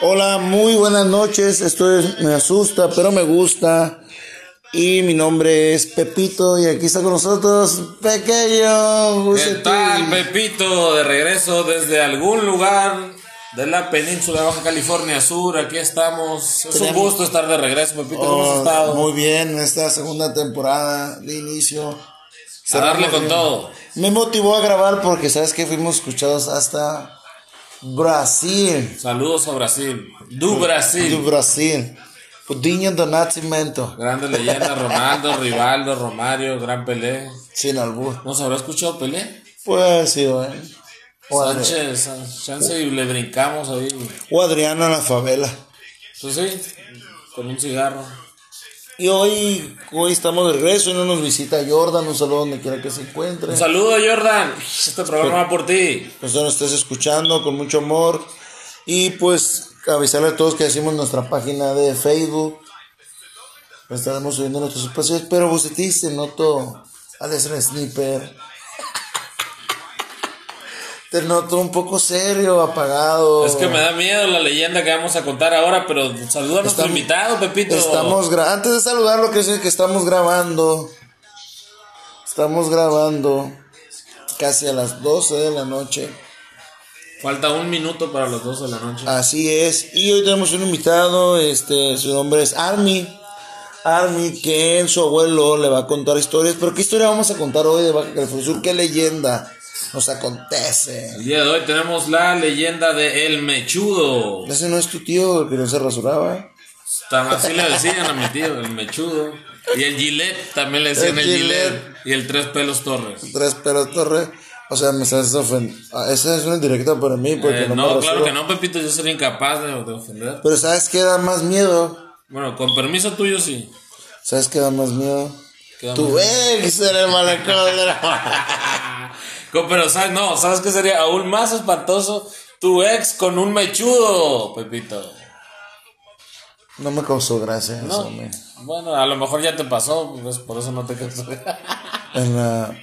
Hola, muy buenas noches. Esto es, me asusta, pero me gusta. Y mi nombre es Pepito y aquí está con nosotros Pequeño. ¿Qué tal, Pepito? De regreso desde algún lugar de la península de Baja California Sur. Aquí estamos. Es un Tenemos- gusto estar de regreso, Pepito. ¿Cómo has Oh, estado? muy bien, esta segunda temporada de inicio. A darle Cerramos con bien. todo. Me motivó a grabar porque sabes que fuimos escuchados hasta Brasil. Saludos a Brasil. Du Brasil. De Brasil. Pudinho do Nascimento. Grandes leyendas, Ronaldo, Rivaldo, Romario, Gran Pelé. Sin albur. ¿Nos habrá escuchado Pelé? Pues sí, güey. O, Adri- Sánchez, San- chance y le brincamos ahí. o Adriano en la favela. Pues sí, con un cigarro. Y hoy, hoy estamos de regreso y no nos visita Jordan. Un saludo donde quiera que se encuentre. Un saludo, Jordan. Este programa va por ti. Nosotros nos estés escuchando con mucho amor. Y pues avisarle a todos que hacemos nuestra página de Facebook. Estaremos subiendo nuestros espacios. Pero bucetiste, noto. Alex el Sniper. Te noto un poco serio, apagado. Es que me da miedo la leyenda que vamos a contar ahora, pero saluda a nuestro Estamos- invitado, Pepito. Estamos gra- antes de saludar lo que es que estamos grabando. Estamos grabando casi a las 12 de la noche. Falta un minuto para las 12 de la noche. Así es. Y hoy tenemos un invitado, este, su nombre es Army. Army, que su abuelo le va a contar historias. Pero ¿qué historia vamos a contar hoy de Baja California Sur? ¿Qué leyenda nos acontece? El día de hoy tenemos la leyenda de El Mechudo. Ese no es tu tío, el que no se rasuraba. Tam- Así le decían a mi tío, El Mechudo. Y el Gillette, también le decían El el, Gillette. Gillette. Y el Tres Pelos Torres. Tres pelos torres. O sea, me estás ofendiendo. Esa es una indirecta para mí, porque Eh, no, no, me claro rasuro. que no, Pepito, yo sería incapaz de, de ofender. Pero ¿sabes qué da más miedo? Bueno, con permiso tuyo sí. ¿Sabes qué da más miedo? Queda Tu muy- ex era el malacón. era- Co- Pero, ¿sabes? No, ¿sabes qué sería aún más espantoso? Tu ex con un mechudo, Pepito. No me causó gracia eso, No. me- Bueno, a lo mejor ya te pasó, pues, por eso no te cansó. En la...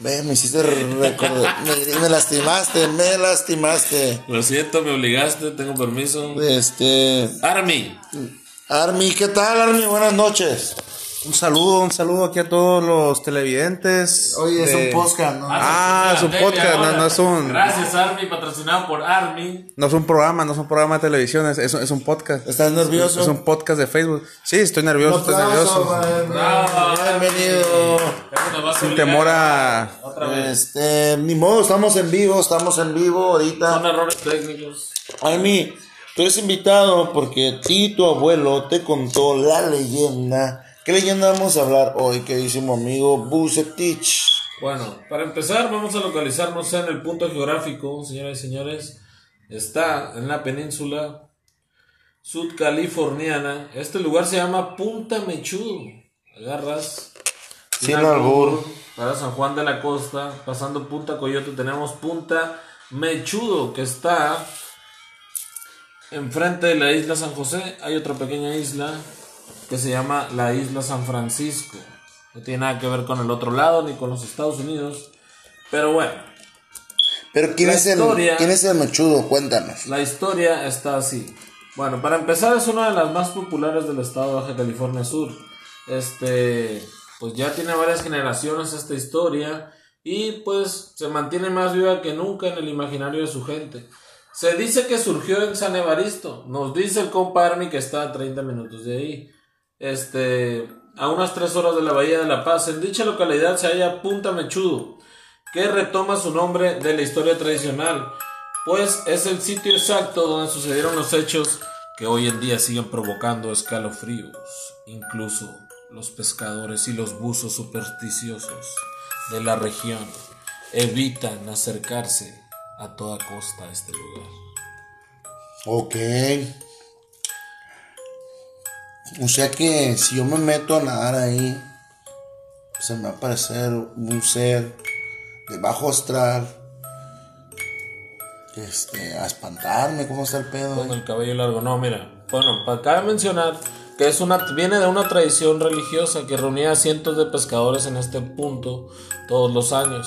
Ve, me hiciste recordar. me, me lastimaste, me lastimaste. Lo siento, me obligaste, tengo permiso. Este... Army, Army, ¿qué tal, Army? Buenas noches. Un saludo, un saludo aquí a todos los televidentes. Eh, Oye, es De- un podcast, ¿no? Ah, es un podcast, no, no es un, Gracias, Army, patrocinado por Army. no es un programa, no es un programa de televisión, es, es un- es un podcast. ¿Estás Es nervioso? un podcast de Facebook. Sí, estoy Un nervioso, estoy aplauso, nervioso. para Army. Bravo, Army. Bienvenido. Eso nos va a Sin obligar temor a... Otra vez. Este, ni modo, estamos en vivo, estamos en vivo ahorita. Son errores técnicos. Army, tú eres invitado porque a ti, tu abuelo, te contó la leyenda. ¿Qué leyenda vamos a hablar hoy, queridísimo amigo Bucetich? Bueno, para empezar vamos a localizarnos en el punto geográfico, señoras y señores. Está en la península sudcaliforniana. Este lugar se llama Punta Mechudo. Agarras. Sin albur. Para San Juan de la Costa, pasando Punta Coyote, tenemos Punta Mechudo, que está enfrente de la isla San José. Hay otra pequeña isla que se llama la isla San Francisco. No tiene nada que ver con el otro lado ni con los Estados Unidos. Pero bueno, Pero ¿quién La es, el, historia- ¿quién es el mechudo? Cuéntanos. La historia está así. Bueno, para empezar es una de las más populares del estado de Baja California Sur. Este, pues ya tiene varias generaciones esta historia y pues se mantiene más viva que nunca en el imaginario de su gente. Se dice que surgió en San Evaristo. Nos dice el compa Army que está a 30 minutos de ahí. Este, a unas 3 horas de la Bahía de la Paz. En dicha localidad se halla Punta Mechudo, que retoma su nombre de la historia tradicional pues es el sitio exacto donde sucedieron los hechos que hoy en día siguen provocando escalofríos, incluso los pescadores y los buzos supersticiosos de la región evitan acercarse a toda costa a este lugar. Ok. O sea que si yo me meto a nadar ahí, se me va a aparecer un ser de bajo astral que este, a espantarme, ¿cómo está el pedo? Con eh? el cabello largo, no, mira. Bueno, pa- cabe mencionar que es una, viene de una tradición religiosa que reunía a cientos de pescadores en este punto todos los años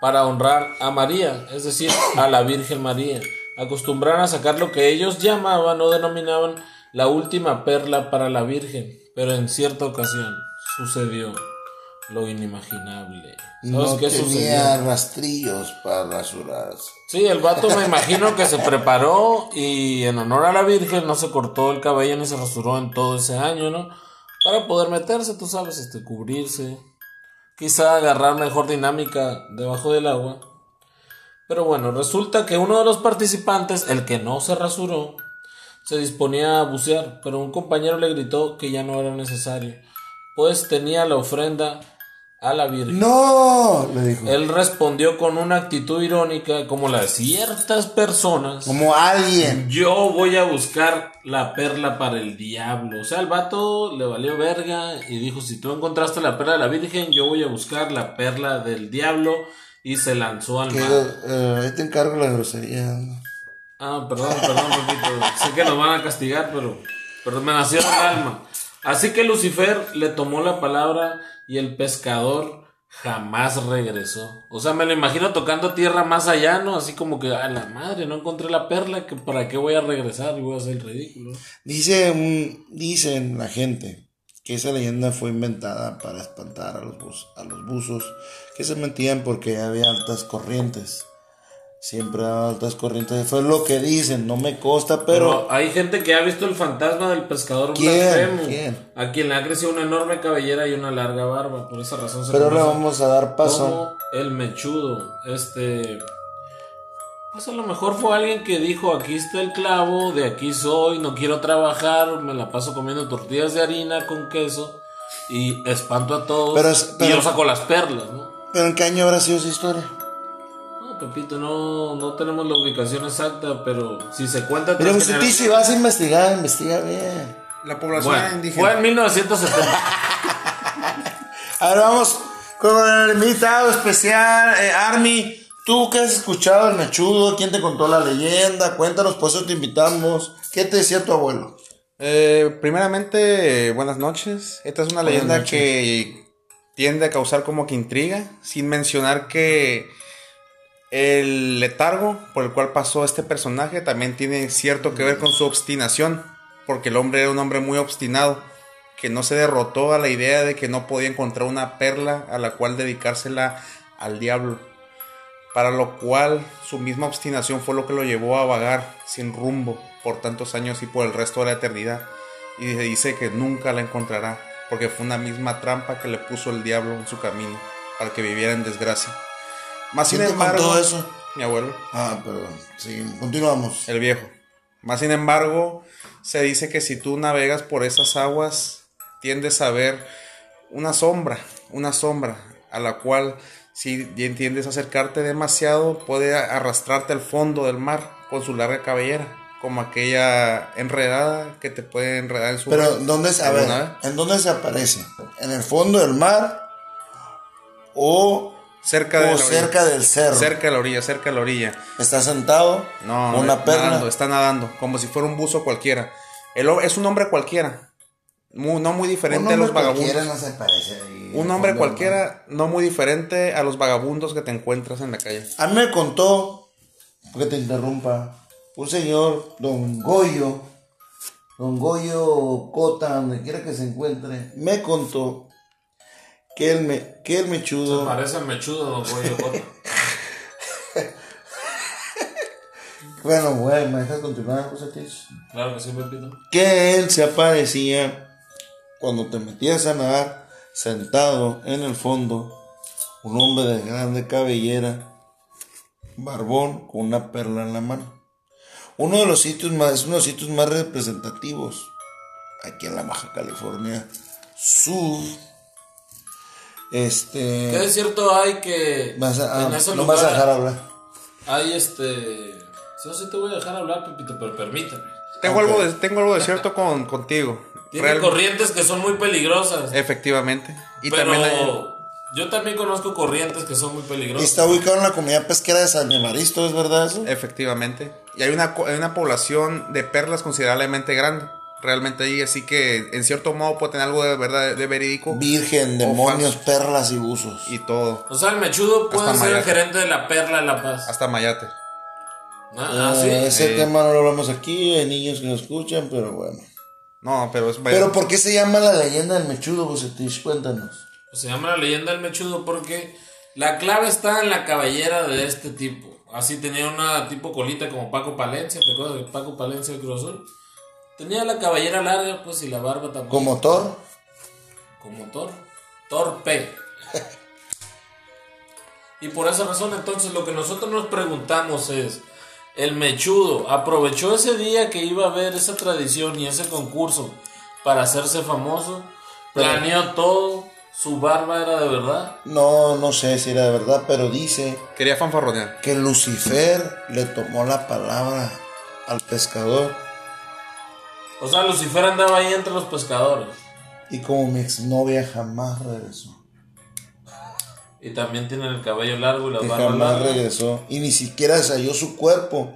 para honrar a María, es decir, a la Virgen María. Acostumbraron a sacar lo que ellos llamaban o denominaban la última perla para la Virgen, pero en cierta ocasión sucedió lo inimaginable. ¿Sabes No qué sucedió? tenía rastrillos para rasurarse. Sí, el vato me imagino que se preparó y en honor a la Virgen no se cortó el cabello ni se rasuró en todo ese año, ¿no? Para poder meterse, tú sabes, este, cubrirse. Quizá agarrar mejor dinámica debajo del agua. Pero bueno, resulta que uno de los participantes, el que no se rasuró, se disponía a bucear, pero un compañero le gritó que ya no era necesario, pues tenía la ofrenda a la Virgen. ¡No! Le dijo. Él respondió con una actitud irónica como la de ciertas personas. Como alguien. Yo voy a buscar la perla para el diablo. O sea, el vato le valió verga y dijo, si tú encontraste la perla de la Virgen, yo voy a buscar la perla del diablo. Y se lanzó al Que, mar. eh, ahí te encargo la grosería. Ah, perdón, perdón, Pepito. Sé que nos van a castigar, pero, pero me nació el alma. Así que Lucifer le tomó la palabra y el pescador jamás regresó. O sea, me lo imagino tocando tierra más allá, ¿no? Así como que, a la madre, no encontré la perla, que ¿para qué voy a regresar? Y voy a hacer el ridículo. Dice un, dicen la gente que esa leyenda fue inventada para espantar a los, buz- a los buzos que se metían porque había altas corrientes. Siempre había altas corrientes. Fue lo que dicen, no me consta, pero Pero hay gente que ha visto el fantasma del pescador ¿Quién? blasfemo, ¿Quién? a quien le ha crecido una enorme cabellera y una larga barba. Por esa razón se pero le conoce vamos a dar paso. como el mechudo. Este. Pues a lo mejor fue alguien que dijo: aquí está el clavo, de aquí soy, no quiero trabajar, me la paso comiendo tortillas de harina con queso y espanto a todos. Pero es- y pero- yo saco las perlas, ¿no? ¿Pero en qué año habrá sido esa historia? No, Pepito, no, no tenemos la ubicación exacta, pero si se cuenta. Mira, tras pues, tú, si generaciones- vas a investigar, investiga bien. La población Bueno, indígena. fue en 1970. Ahora vamos con el invitado especial, eh, Army. Tú que has escuchado el mechudo, ¿quién te contó la leyenda? Cuéntanos, por eso te invitamos. ¿Qué te decía tu abuelo? Eh, primeramente, eh, buenas noches. Esta es una Buenas leyenda noches. que tiende a causar como que intriga, sin mencionar que el letargo por el cual pasó este personaje también tiene cierto que ver con su obstinación, porque el hombre era un hombre muy obstinado, que no se derrotó a la idea de que no podía encontrar una perla a la cual dedicársela al diablo, para lo cual su misma obstinación fue lo que lo llevó a vagar sin rumbo por tantos años y por el resto de la eternidad, y se dice que nunca la encontrará, porque fue una misma trampa que le puso el diablo en su camino, para que viviera en desgracia. Más sin ¿Quién te embargo, contó eso? mi abuelo, Ah, perdón. Sí, continuamos. el viejo. Más sin embargo, se dice que si tú navegas por esas aguas, tiendes a ver una sombra, una sombra, a la cual si bien tiendes a acercarte demasiado, puede arrastrarte al fondo del mar con su larga cabellera, como aquella enredada que te puede enredar en su... Pero, ¿dónde se, a ver, ¿Alguna vez? ¿en dónde se aparece? ¿En el fondo del mar o, cerca de o la orilla. Oh, cerca del cerro? cerca de la orilla, cerca de la orilla. ¿Está sentado? No, ¿Con eh, una perla? nadando, está nadando, como si fuera un buzo cualquiera. El ho- es un hombre cualquiera, mu- no muy Un diferente a hombre los cualquiera vagabundos. no se parece. ahí en Un el hombre fondo del mar. cualquiera, no muy diferente a los vagabundos que te encuentras en la calle. A mí me contó, que te interrumpa, un señor, don Goyo, don Goyo Cota, donde quiera que se encuentre, me contó que el, me, que el mechudo, Parece mechudo, don Goyo Cota. bueno, güey, me dejas continuar, José Tis? Claro que sí, Pepito. que él se aparecía cuando te metías a nadar, sentado en el fondo, un hombre de grande cabellera, barbón, con una perla en la mano. Uno de los sitios más, es uno de los sitios más representativos aquí en la Baja California Sur. ¿Qué de Este. cierto hay que vas a- en ah, ese no vas a lugar dejar hablar. hay este... No sé si te voy a dejar hablar, Pepito, pero permítame. Tengo, Ok. algo, de, tengo algo de cierto con, contigo. Tiene Real- corrientes que son muy peligrosas. efectivamente. Y pero también hay- Yo también conozco corrientes que son muy Y peligrosas. está ubicado en la comunidad pesquera de San Evaristo, ¿es verdad eso? Eh, Efectivamente. Y hay una, co- hay una población de perlas considerablemente grande. Realmente ahí, así que en cierto modo puede tener algo de verdad, de verídico Virgen, demonios, perlas y buzos. y todo. O sea, el mechudo puede Hasta ser el Mayate. gerente de la perla de La Paz. Hasta Mayate. Ah, ah, Eh, sí. Ese Eh. tema no lo hablamos aquí, hay niños que lo escuchan, pero bueno. No, pero es Pero ¿por qué se llama la leyenda del mechudo, Bucetich? Cuéntanos. pues Se llama la leyenda del mechudo porque la clave está en la cabellera de este tipo. Así tenía una tipo colita como Paco Palencia, ¿te acuerdas de Paco Palencia del Cruz Azul? Tenía la cabellera larga, pues, y la barba también. ¿Como Thor? Como Thor. Torpe. y por esa razón, entonces, lo que nosotros nos preguntamos es: ¿el mechudo aprovechó ese día que iba a haber esa tradición y ese concurso para hacerse famoso? ¿Planeó todo? ¿Su barba era de verdad? No, no sé si era de verdad, pero dice quería fanfarronear. que Lucifer le tomó la palabra al pescador. O sea, Lucifer andaba ahí entre los pescadores. Y como mi exnovia jamás regresó. Y también tiene el cabello largo y la Que barba jamás larga. regresó. Y ni siquiera desayó su cuerpo.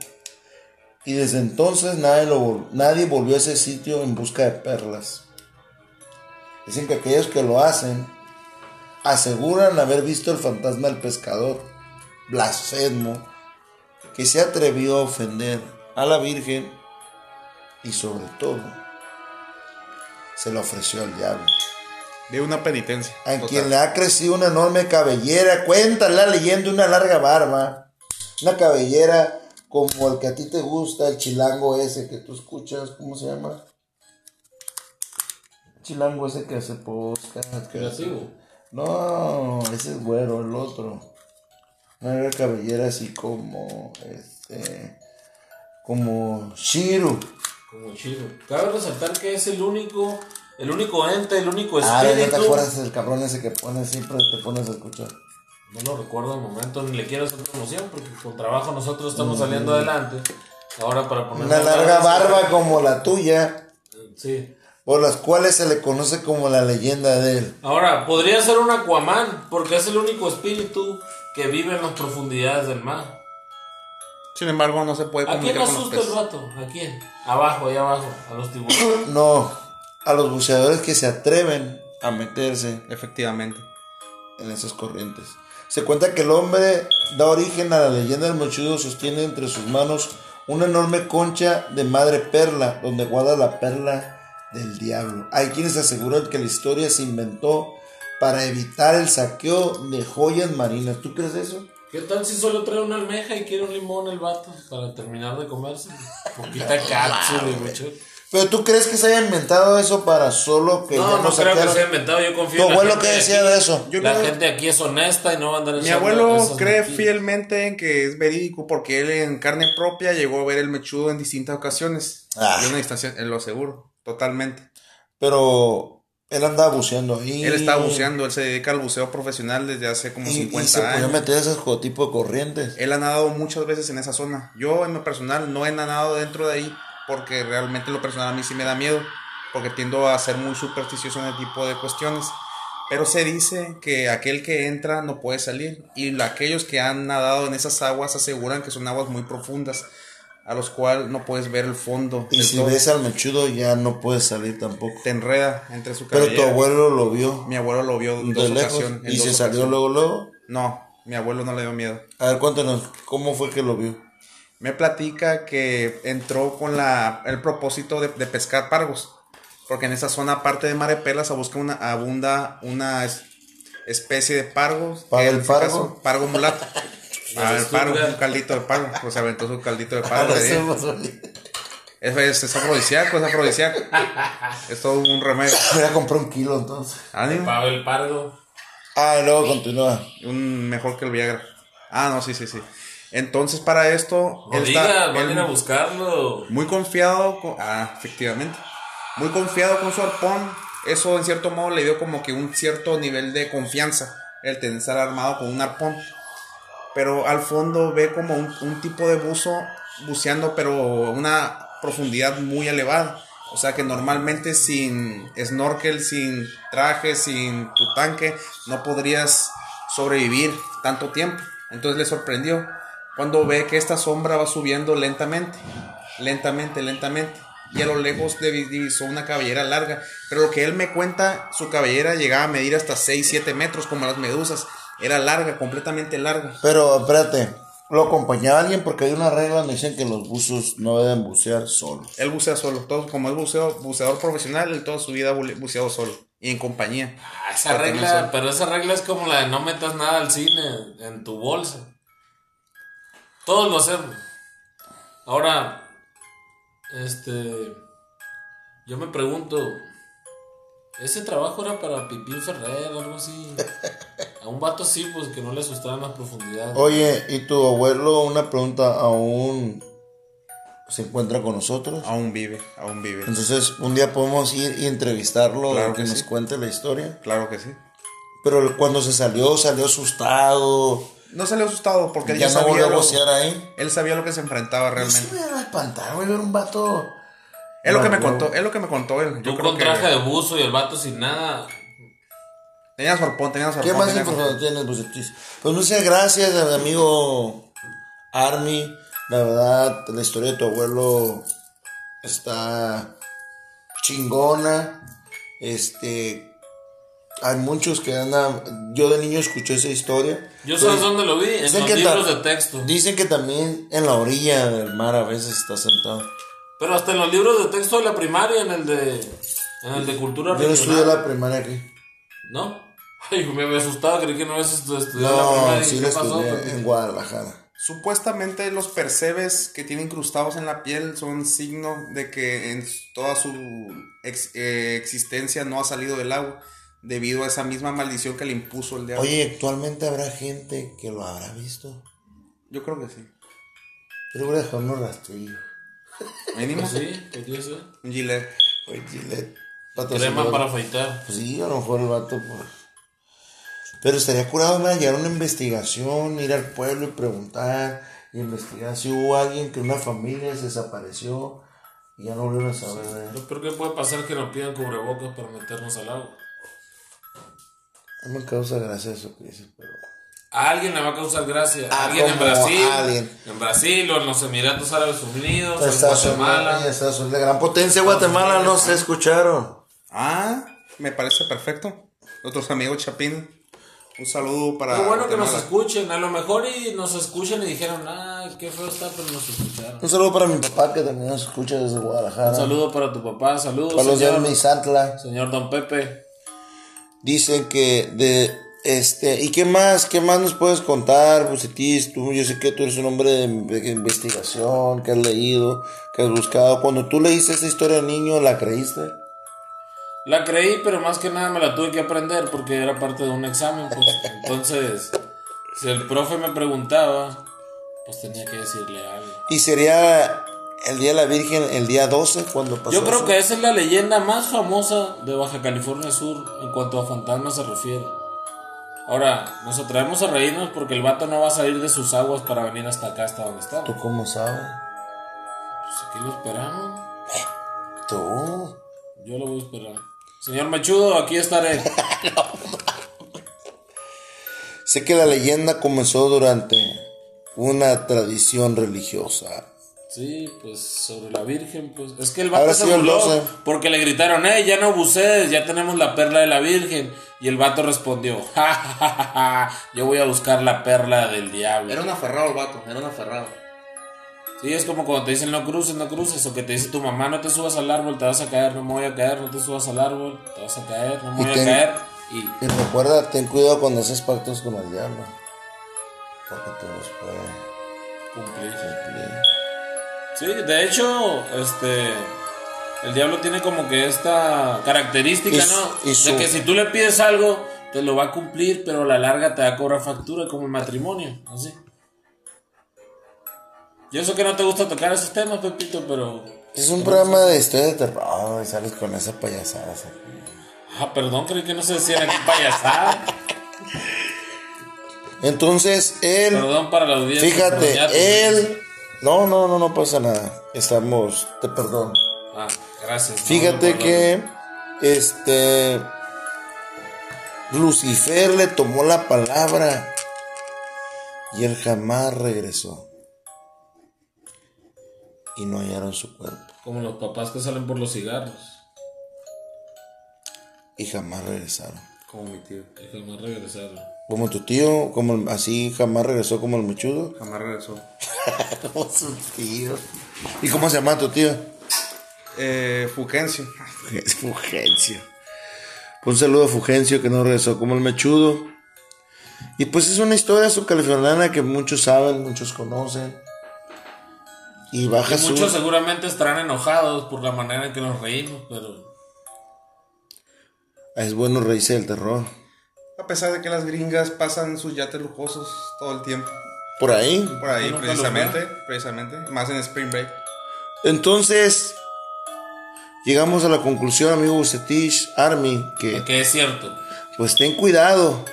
Y desde entonces nadie, lo vol- nadie volvió a ese sitio en busca de perlas. Dicen que aquellos que lo hacen aseguran haber visto el fantasma del pescador, blasfemo, que se atrevió a ofender a la Virgen y sobre todo se lo ofreció al diablo De una penitencia. a Total. quien le ha crecido una enorme cabellera. Cuenta la leyenda una larga barba. Una cabellera como el que a ti te gusta, el chilango ese que tú escuchas, ¿cómo se llama? Chilango ese que hace podcast. que hace- Creativo. No, ese es güero, el otro. Una larga cabellera así como este. Como Shiru. Como chido. Cabe resaltar que es el único, el único ente, el único Ah, espíritu. ¿no te acuerdas del cabrón ese que pones siempre te pones a escuchar? No lo recuerdo al momento, ni le quiero hacer promoción, porque con trabajo nosotros estamos saliendo adelante. Ahora para poner... Mm. Una larga barba como la tuya. Sí. por las cuales se le conoce como la leyenda de él. Ahora, podría ser un Aquaman, porque es el único espíritu que vive en las profundidades del mar. Sin embargo, no se puede ¿A quién comunicar con los asusta el peces. vato? ¿A quién? Abajo, ahí abajo, a los tiburones. No, a los buceadores que se atreven a meterse Efectivamente. en esas corrientes. Se cuenta que el hombre da origen a la leyenda del mochudo, sostiene entre sus manos una enorme concha de madre perla, donde guarda la perla del diablo. Hay quienes aseguran que la historia se inventó para evitar el saqueo de joyas marinas. ¿Tú crees eso? ¿Qué tal si solo trae una almeja y quiere un limón el vato para terminar de comerse? Poquita cápsula y mucho. Pero tú crees que se haya inventado eso para solo que ya No, no creo que saquearan? se haya inventado, yo confío Tu en la abuelo gente que de decía aquí. de eso. Yo la creo- gente aquí es honesta y no va a andar Mi echando abuelo esas cree mentiras. fielmente en que es verídico porque él en carne propia llegó a ver el mechudo en distintas ocasiones. Ah. Y en una distancia, en lo aseguro, totalmente. Pero él andaba buceando ahí. Él está buceando, él se dedica al buceo profesional desde hace como Y, y 50 se podía años. meter ese jo- tipo de corrientes. Él ha nadado muchas veces en esa zona. Yo, en lo personal, no he nadado dentro de ahí porque realmente en lo personal a mí sí me da miedo porque tiendo a ser muy supersticioso en ese tipo de cuestiones. Pero se dice que aquel que entra no puede salir y la- aquellos que han nadado en esas aguas aseguran que son aguas muy profundas a los cuales no puedes ver el fondo. Y del si todo. ves al mechudo ya no puedes salir tampoco. Te enreda entre su Pero tu cabellera. abuelo lo vio Mi abuelo lo vio en de dos lejos ocasiones. en y dos se salió ocasiones. luego luego. No, mi abuelo no le dio miedo. A ver, cuéntanos, ¿cómo fue que lo vio? me platica que entró con la, el propósito de, de pescar pargos, porque en esa zona, aparte de marepelas, busca una, abunda una es- especie de pargos. ¿Para que en el este pargo? pargo mulato. Para el Jesús, pargo, ya. un caldito de pargo, pues se aventó su caldito de Ah, pargo. de- Voy es, es, es afrodisíaco, es afrodisíaco. es todo un remedio. a comprar un kilo entonces. Ánimo. Pavel Pardo. Ah, y luego continúa. Un mejor que el Viagra. Ah, no, sí, sí, sí. Entonces, para esto. No él diga, está- él- vayan a buscarlo. Muy confiado con... Ah, efectivamente. Muy confiado con su arpón. Eso en cierto modo le dio como que un cierto nivel de confianza. El tener estar armado con un arpón. Pero al fondo ve como un, un tipo de buzo buceando, pero a una profundidad muy elevada. O sea que normalmente sin snorkel, sin traje, sin tu tanque, no podrías sobrevivir tanto tiempo. Entonces le sorprendió cuando ve que esta sombra va subiendo lentamente, lentamente, lentamente. Y a lo lejos le divisó una cabellera larga. Pero lo que él me cuenta, su cabellera llegaba a medir hasta 6, 7 metros, como las medusas. Era larga, completamente larga. Pero espérate, lo acompañaba alguien porque hay una regla donde dicen que los buzos no deben bucear solos. Él bucea solo, todo, como es buceo, buceador profesional, él toda su vida bu- buceó solo y en compañía. Ah, esa regla, pero esa regla es como la de no metas nada al cine en tu bolsa. Todos lo hacemos. Ahora, este, yo me pregunto, ese trabajo era para Pipín Ferrer o algo así. A un vato sí, pues que no le asustaran las profundidades. Oye, ¿y tu abuelo, una pregunta, aún se encuentra con nosotros? Aún vive, aún vive. Entonces, un día podemos ir y entrevistarlo, Claro que que nos sí. cuente la historia. Claro que sí. Pero cuando se salió, salió asustado. No salió asustado porque él ya ya, no volvió sabía a lo, bucear ahí. él sabía lo que se enfrentaba Yo sí realmente. me iba a espantar, güey, ver un vato. Es lo que No, me no. contó, es lo que me contó él. Yo Tú creo con que traje de buzo y el vato sin nada. tenía sorpón, tenía sorpón. ¿Qué más tenía información sorpón. tienes, Bucetis? Pues muchas gracias, amigo Army. La verdad, la historia de tu abuelo está chingona. Este, hay muchos que andan. Yo de niño escuché esa historia. Yo Pero sabes dónde lo vi, en dicen los que ta- libros de texto. Dicen que también en la orilla del mar a veces está sentado. Pero hasta en los libros de texto de la primaria, en el de, en el de cultura Yo no estudié regional. la primaria aquí. ¿No? Ay, me había asustado, creí que no habías estu- estudiado la No, primaria. sí ¿Qué la pasó? estudié en Guadalajara. Supuestamente los percebes que tiene incrustados en la piel son signo de que en toda su ex- eh, existencia no ha salido del agua debido a esa misma maldición que le impuso el diablo. Oye, actualmente habrá gente que lo habrá visto. Yo creo que sí. Yo le voy a dejar unos rastrillos. Mínimo Pues sí, ¿qué Dios es? un gilet. Oye, Gillette. Crema patrocinador. para afeitar. Pues sí, a lo mejor el vato. por- Pero estaría curado ¿verdad? llegar a una investigación, ir al pueblo y preguntar, y investigar si hubo alguien que una familia se desapareció y ya no volvieron a saber. ¿verdad? Lo peor que puede pasar es que nos pidan cubrebocas para meternos al agua. No me causa gracia eso que dices, pero. A alguien le va a causar gracia. Ah, alguien en como Brasil. alguien. En Brasil o en los Emiratos Árabes Unidos, en Estados Unidos, Guatemala. Estados Unidos, la gran potencia de Guatemala no se escucharon. Ah, me parece perfecto. Otros amigos Chapín. Un saludo para. Qué bueno que nos Guatemala. escuchen. A lo mejor y nos escuchan y dijeron, ah, qué feo está, pero nos escucharon. Un saludo para mi papá que también nos escucha desde Guadalajara. Un saludo para tu papá, saludos. Para los de señor, Misantla. señor Don Pepe. Dicen que de este, ¿y qué más? ¿Qué más nos puedes contar, Bucetis? Tú, yo sé que tú eres un hombre de, de investigación, que has leído, que has buscado. Cuando tú leíste esta historia de niño, ¿la creíste? La creí, pero más que nada me la tuve que aprender porque era parte de un examen, pues. Entonces, si el profe me preguntaba, pues tenía que decirle algo. Y sería el Día de la Virgen, el día 12, cuando pasó. Yo creo eso? que esa es la leyenda más famosa de Baja California Sur en cuanto a fantasmas se refiere. Ahora, nos atrevemos a reírnos porque el vato no va a salir de sus aguas para venir hasta acá, hasta donde está. Pues ¿Tú cómo sabes? aquí lo esperamos. Tú. Yo lo voy a esperar. Señor Mechudo, aquí estaré. Sé que la leyenda comenzó durante una tradición religiosa. Sí, pues sobre la Virgen, pues. Es que el vato Habrá se sido el burló 12. porque le gritaron, eh, ya no bucees, ya tenemos la perla de la Virgen. Y el vato respondió, ja, ja, ja, ja, ja, yo voy a buscar la perla del diablo. Era un aferrado el vato, era un aferrado. Sí, es como cuando te dicen no cruces, no cruces, o que te dice tu mamá, no te subas al árbol, te vas a caer, no me voy a caer, no te subas al árbol, te vas a caer, no me Y voy a ten- caer. Y Y recuerda, ten cuidado cuando haces pactos con el diablo. Porque te los puede cumplir. cumplir. Sí, de hecho, este. El diablo tiene como que esta característica, Y su- ¿no? y su- De que si tú le pides algo, te lo va a cumplir, pero a la larga te va a cobrar factura, como el matrimonio, así. Yo sé que no te gusta tocar esos temas, Pepito, pero. Es un programa de historia de terror. Ay, sales con esa payasada. ¿sí? Ah, perdón, creí que no se decía aquí payasada. Entonces, él, Perdón para la audiencia. pero ya te- fíjate, él. No, no, no, no pasa nada. Estamos, te perdón. Ah, Gracias. no, Fíjate no, no. que este Lucifer le tomó la palabra y él jamás regresó. Y no hallaron su cuerpo Como los papás que salen por los cigarros. y jamás regresaron. Como mi tío. Que jamás regresaron. Como tu tío, como el- así jamás regresó como el muchudo. Jamás regresó. Como su tío. ¿Y cómo se llama tu tío? Eh, Fuquencio. Es Fugencio. Pues un saludo a Fugencio que no regresó como el mechudo. Y pues es una historia subcaliforniana que muchos saben, muchos conocen. Y baja Y su. muchos seguramente estarán enojados por la manera en que nos reímos, pero. Ah, Es bueno reírse del terror. A pesar de que las gringas pasan sus yates lujosos todo el tiempo. Por ahí. Por ahí, Nunca los precisamente. Precisamente. Más en Spring Break. Entonces. Llegamos a la conclusión, amigo Bucetich, Army, que Que es cierto. pues ten cuidado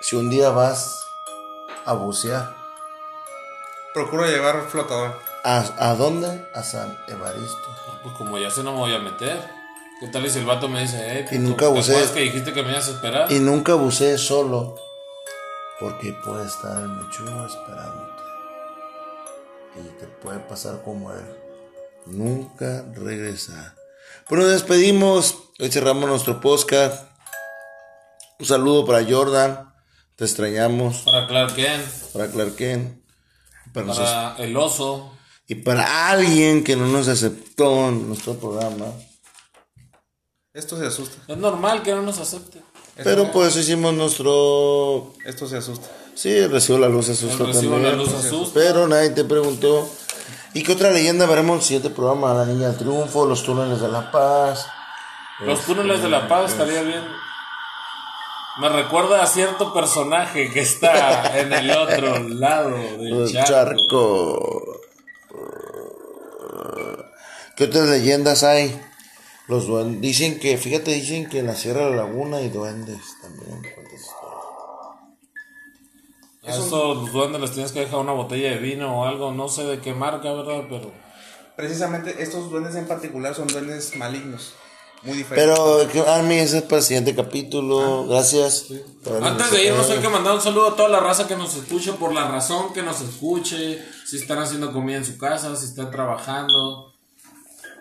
si un día vas a bucear. Procuro llevar flotador. ¿A, a dónde? A San Evaristo. Pues como ya sé, no me voy a meter. ¿Qué tal y si el vato me dice, eh, puto, nunca ¿te abusé. acuerdas que dijiste que me ibas a esperar? Y nunca bucees solo, porque puede estar el mechudo esperándote. Y te puede pasar como él. Nunca regresar. Bueno, nos despedimos. Hoy cerramos nuestro podcast. Un saludo para Jordan. Te extrañamos. Para Clark Kent, Para Clark Kent. Para nosotros. para el oso, Y para alguien que no nos aceptó en nuestro programa. Esto se asusta. Es normal que no nos acepte. Esto Pero se- por eso hicimos nuestro Esto se asusta. Sí, recibo la luz asusta El recibo también. la luz asusta. Pero nadie te preguntó. ¿Y qué otra leyenda veremos en el siguiente programa? La Niña del Triunfo, los túneles de la paz. Los túneles de la paz estaría bien. Me recuerda a cierto personaje que está en el otro lado del El charco. charco. ¿Qué otras leyendas hay? Los duendes. Dicen que, fíjate, dicen que en la Sierra de la Laguna hay duendes también. A Eso, los duendes les tienes que dejar una botella de vino o algo, no sé de qué marca, ¿verdad? Pero Precisamente estos duendes en particular son duendes malignos. Muy diferentes. Pero, que- Army, ese es para el siguiente capítulo. Gracias. Por- Ah, Antes de irnos hay que mandar un saludo a toda la raza que nos escucha por la razón que nos escuche, si están haciendo comida en su casa, si están trabajando,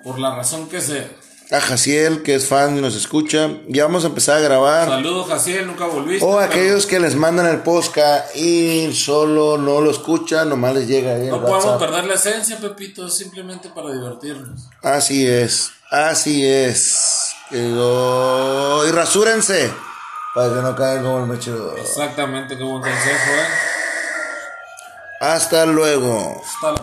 por la razón que sea. A Ah, Jaciel, que es fan y nos escucha. Ya vamos a empezar a grabar. Saludos, Jaciel, nunca volviste. O pero Oh, aquellos que les mandan el podcast y solo no lo escuchan, nomás les llega ahí el No podemos WhatsApp. perder la esencia, Pepito, es simplemente para divertirnos. Así es, así es. Quedó- Y rasúrense para que no caigan como el mechudo. Exactamente, como consejo, ¿eh? Hasta luego. Hasta la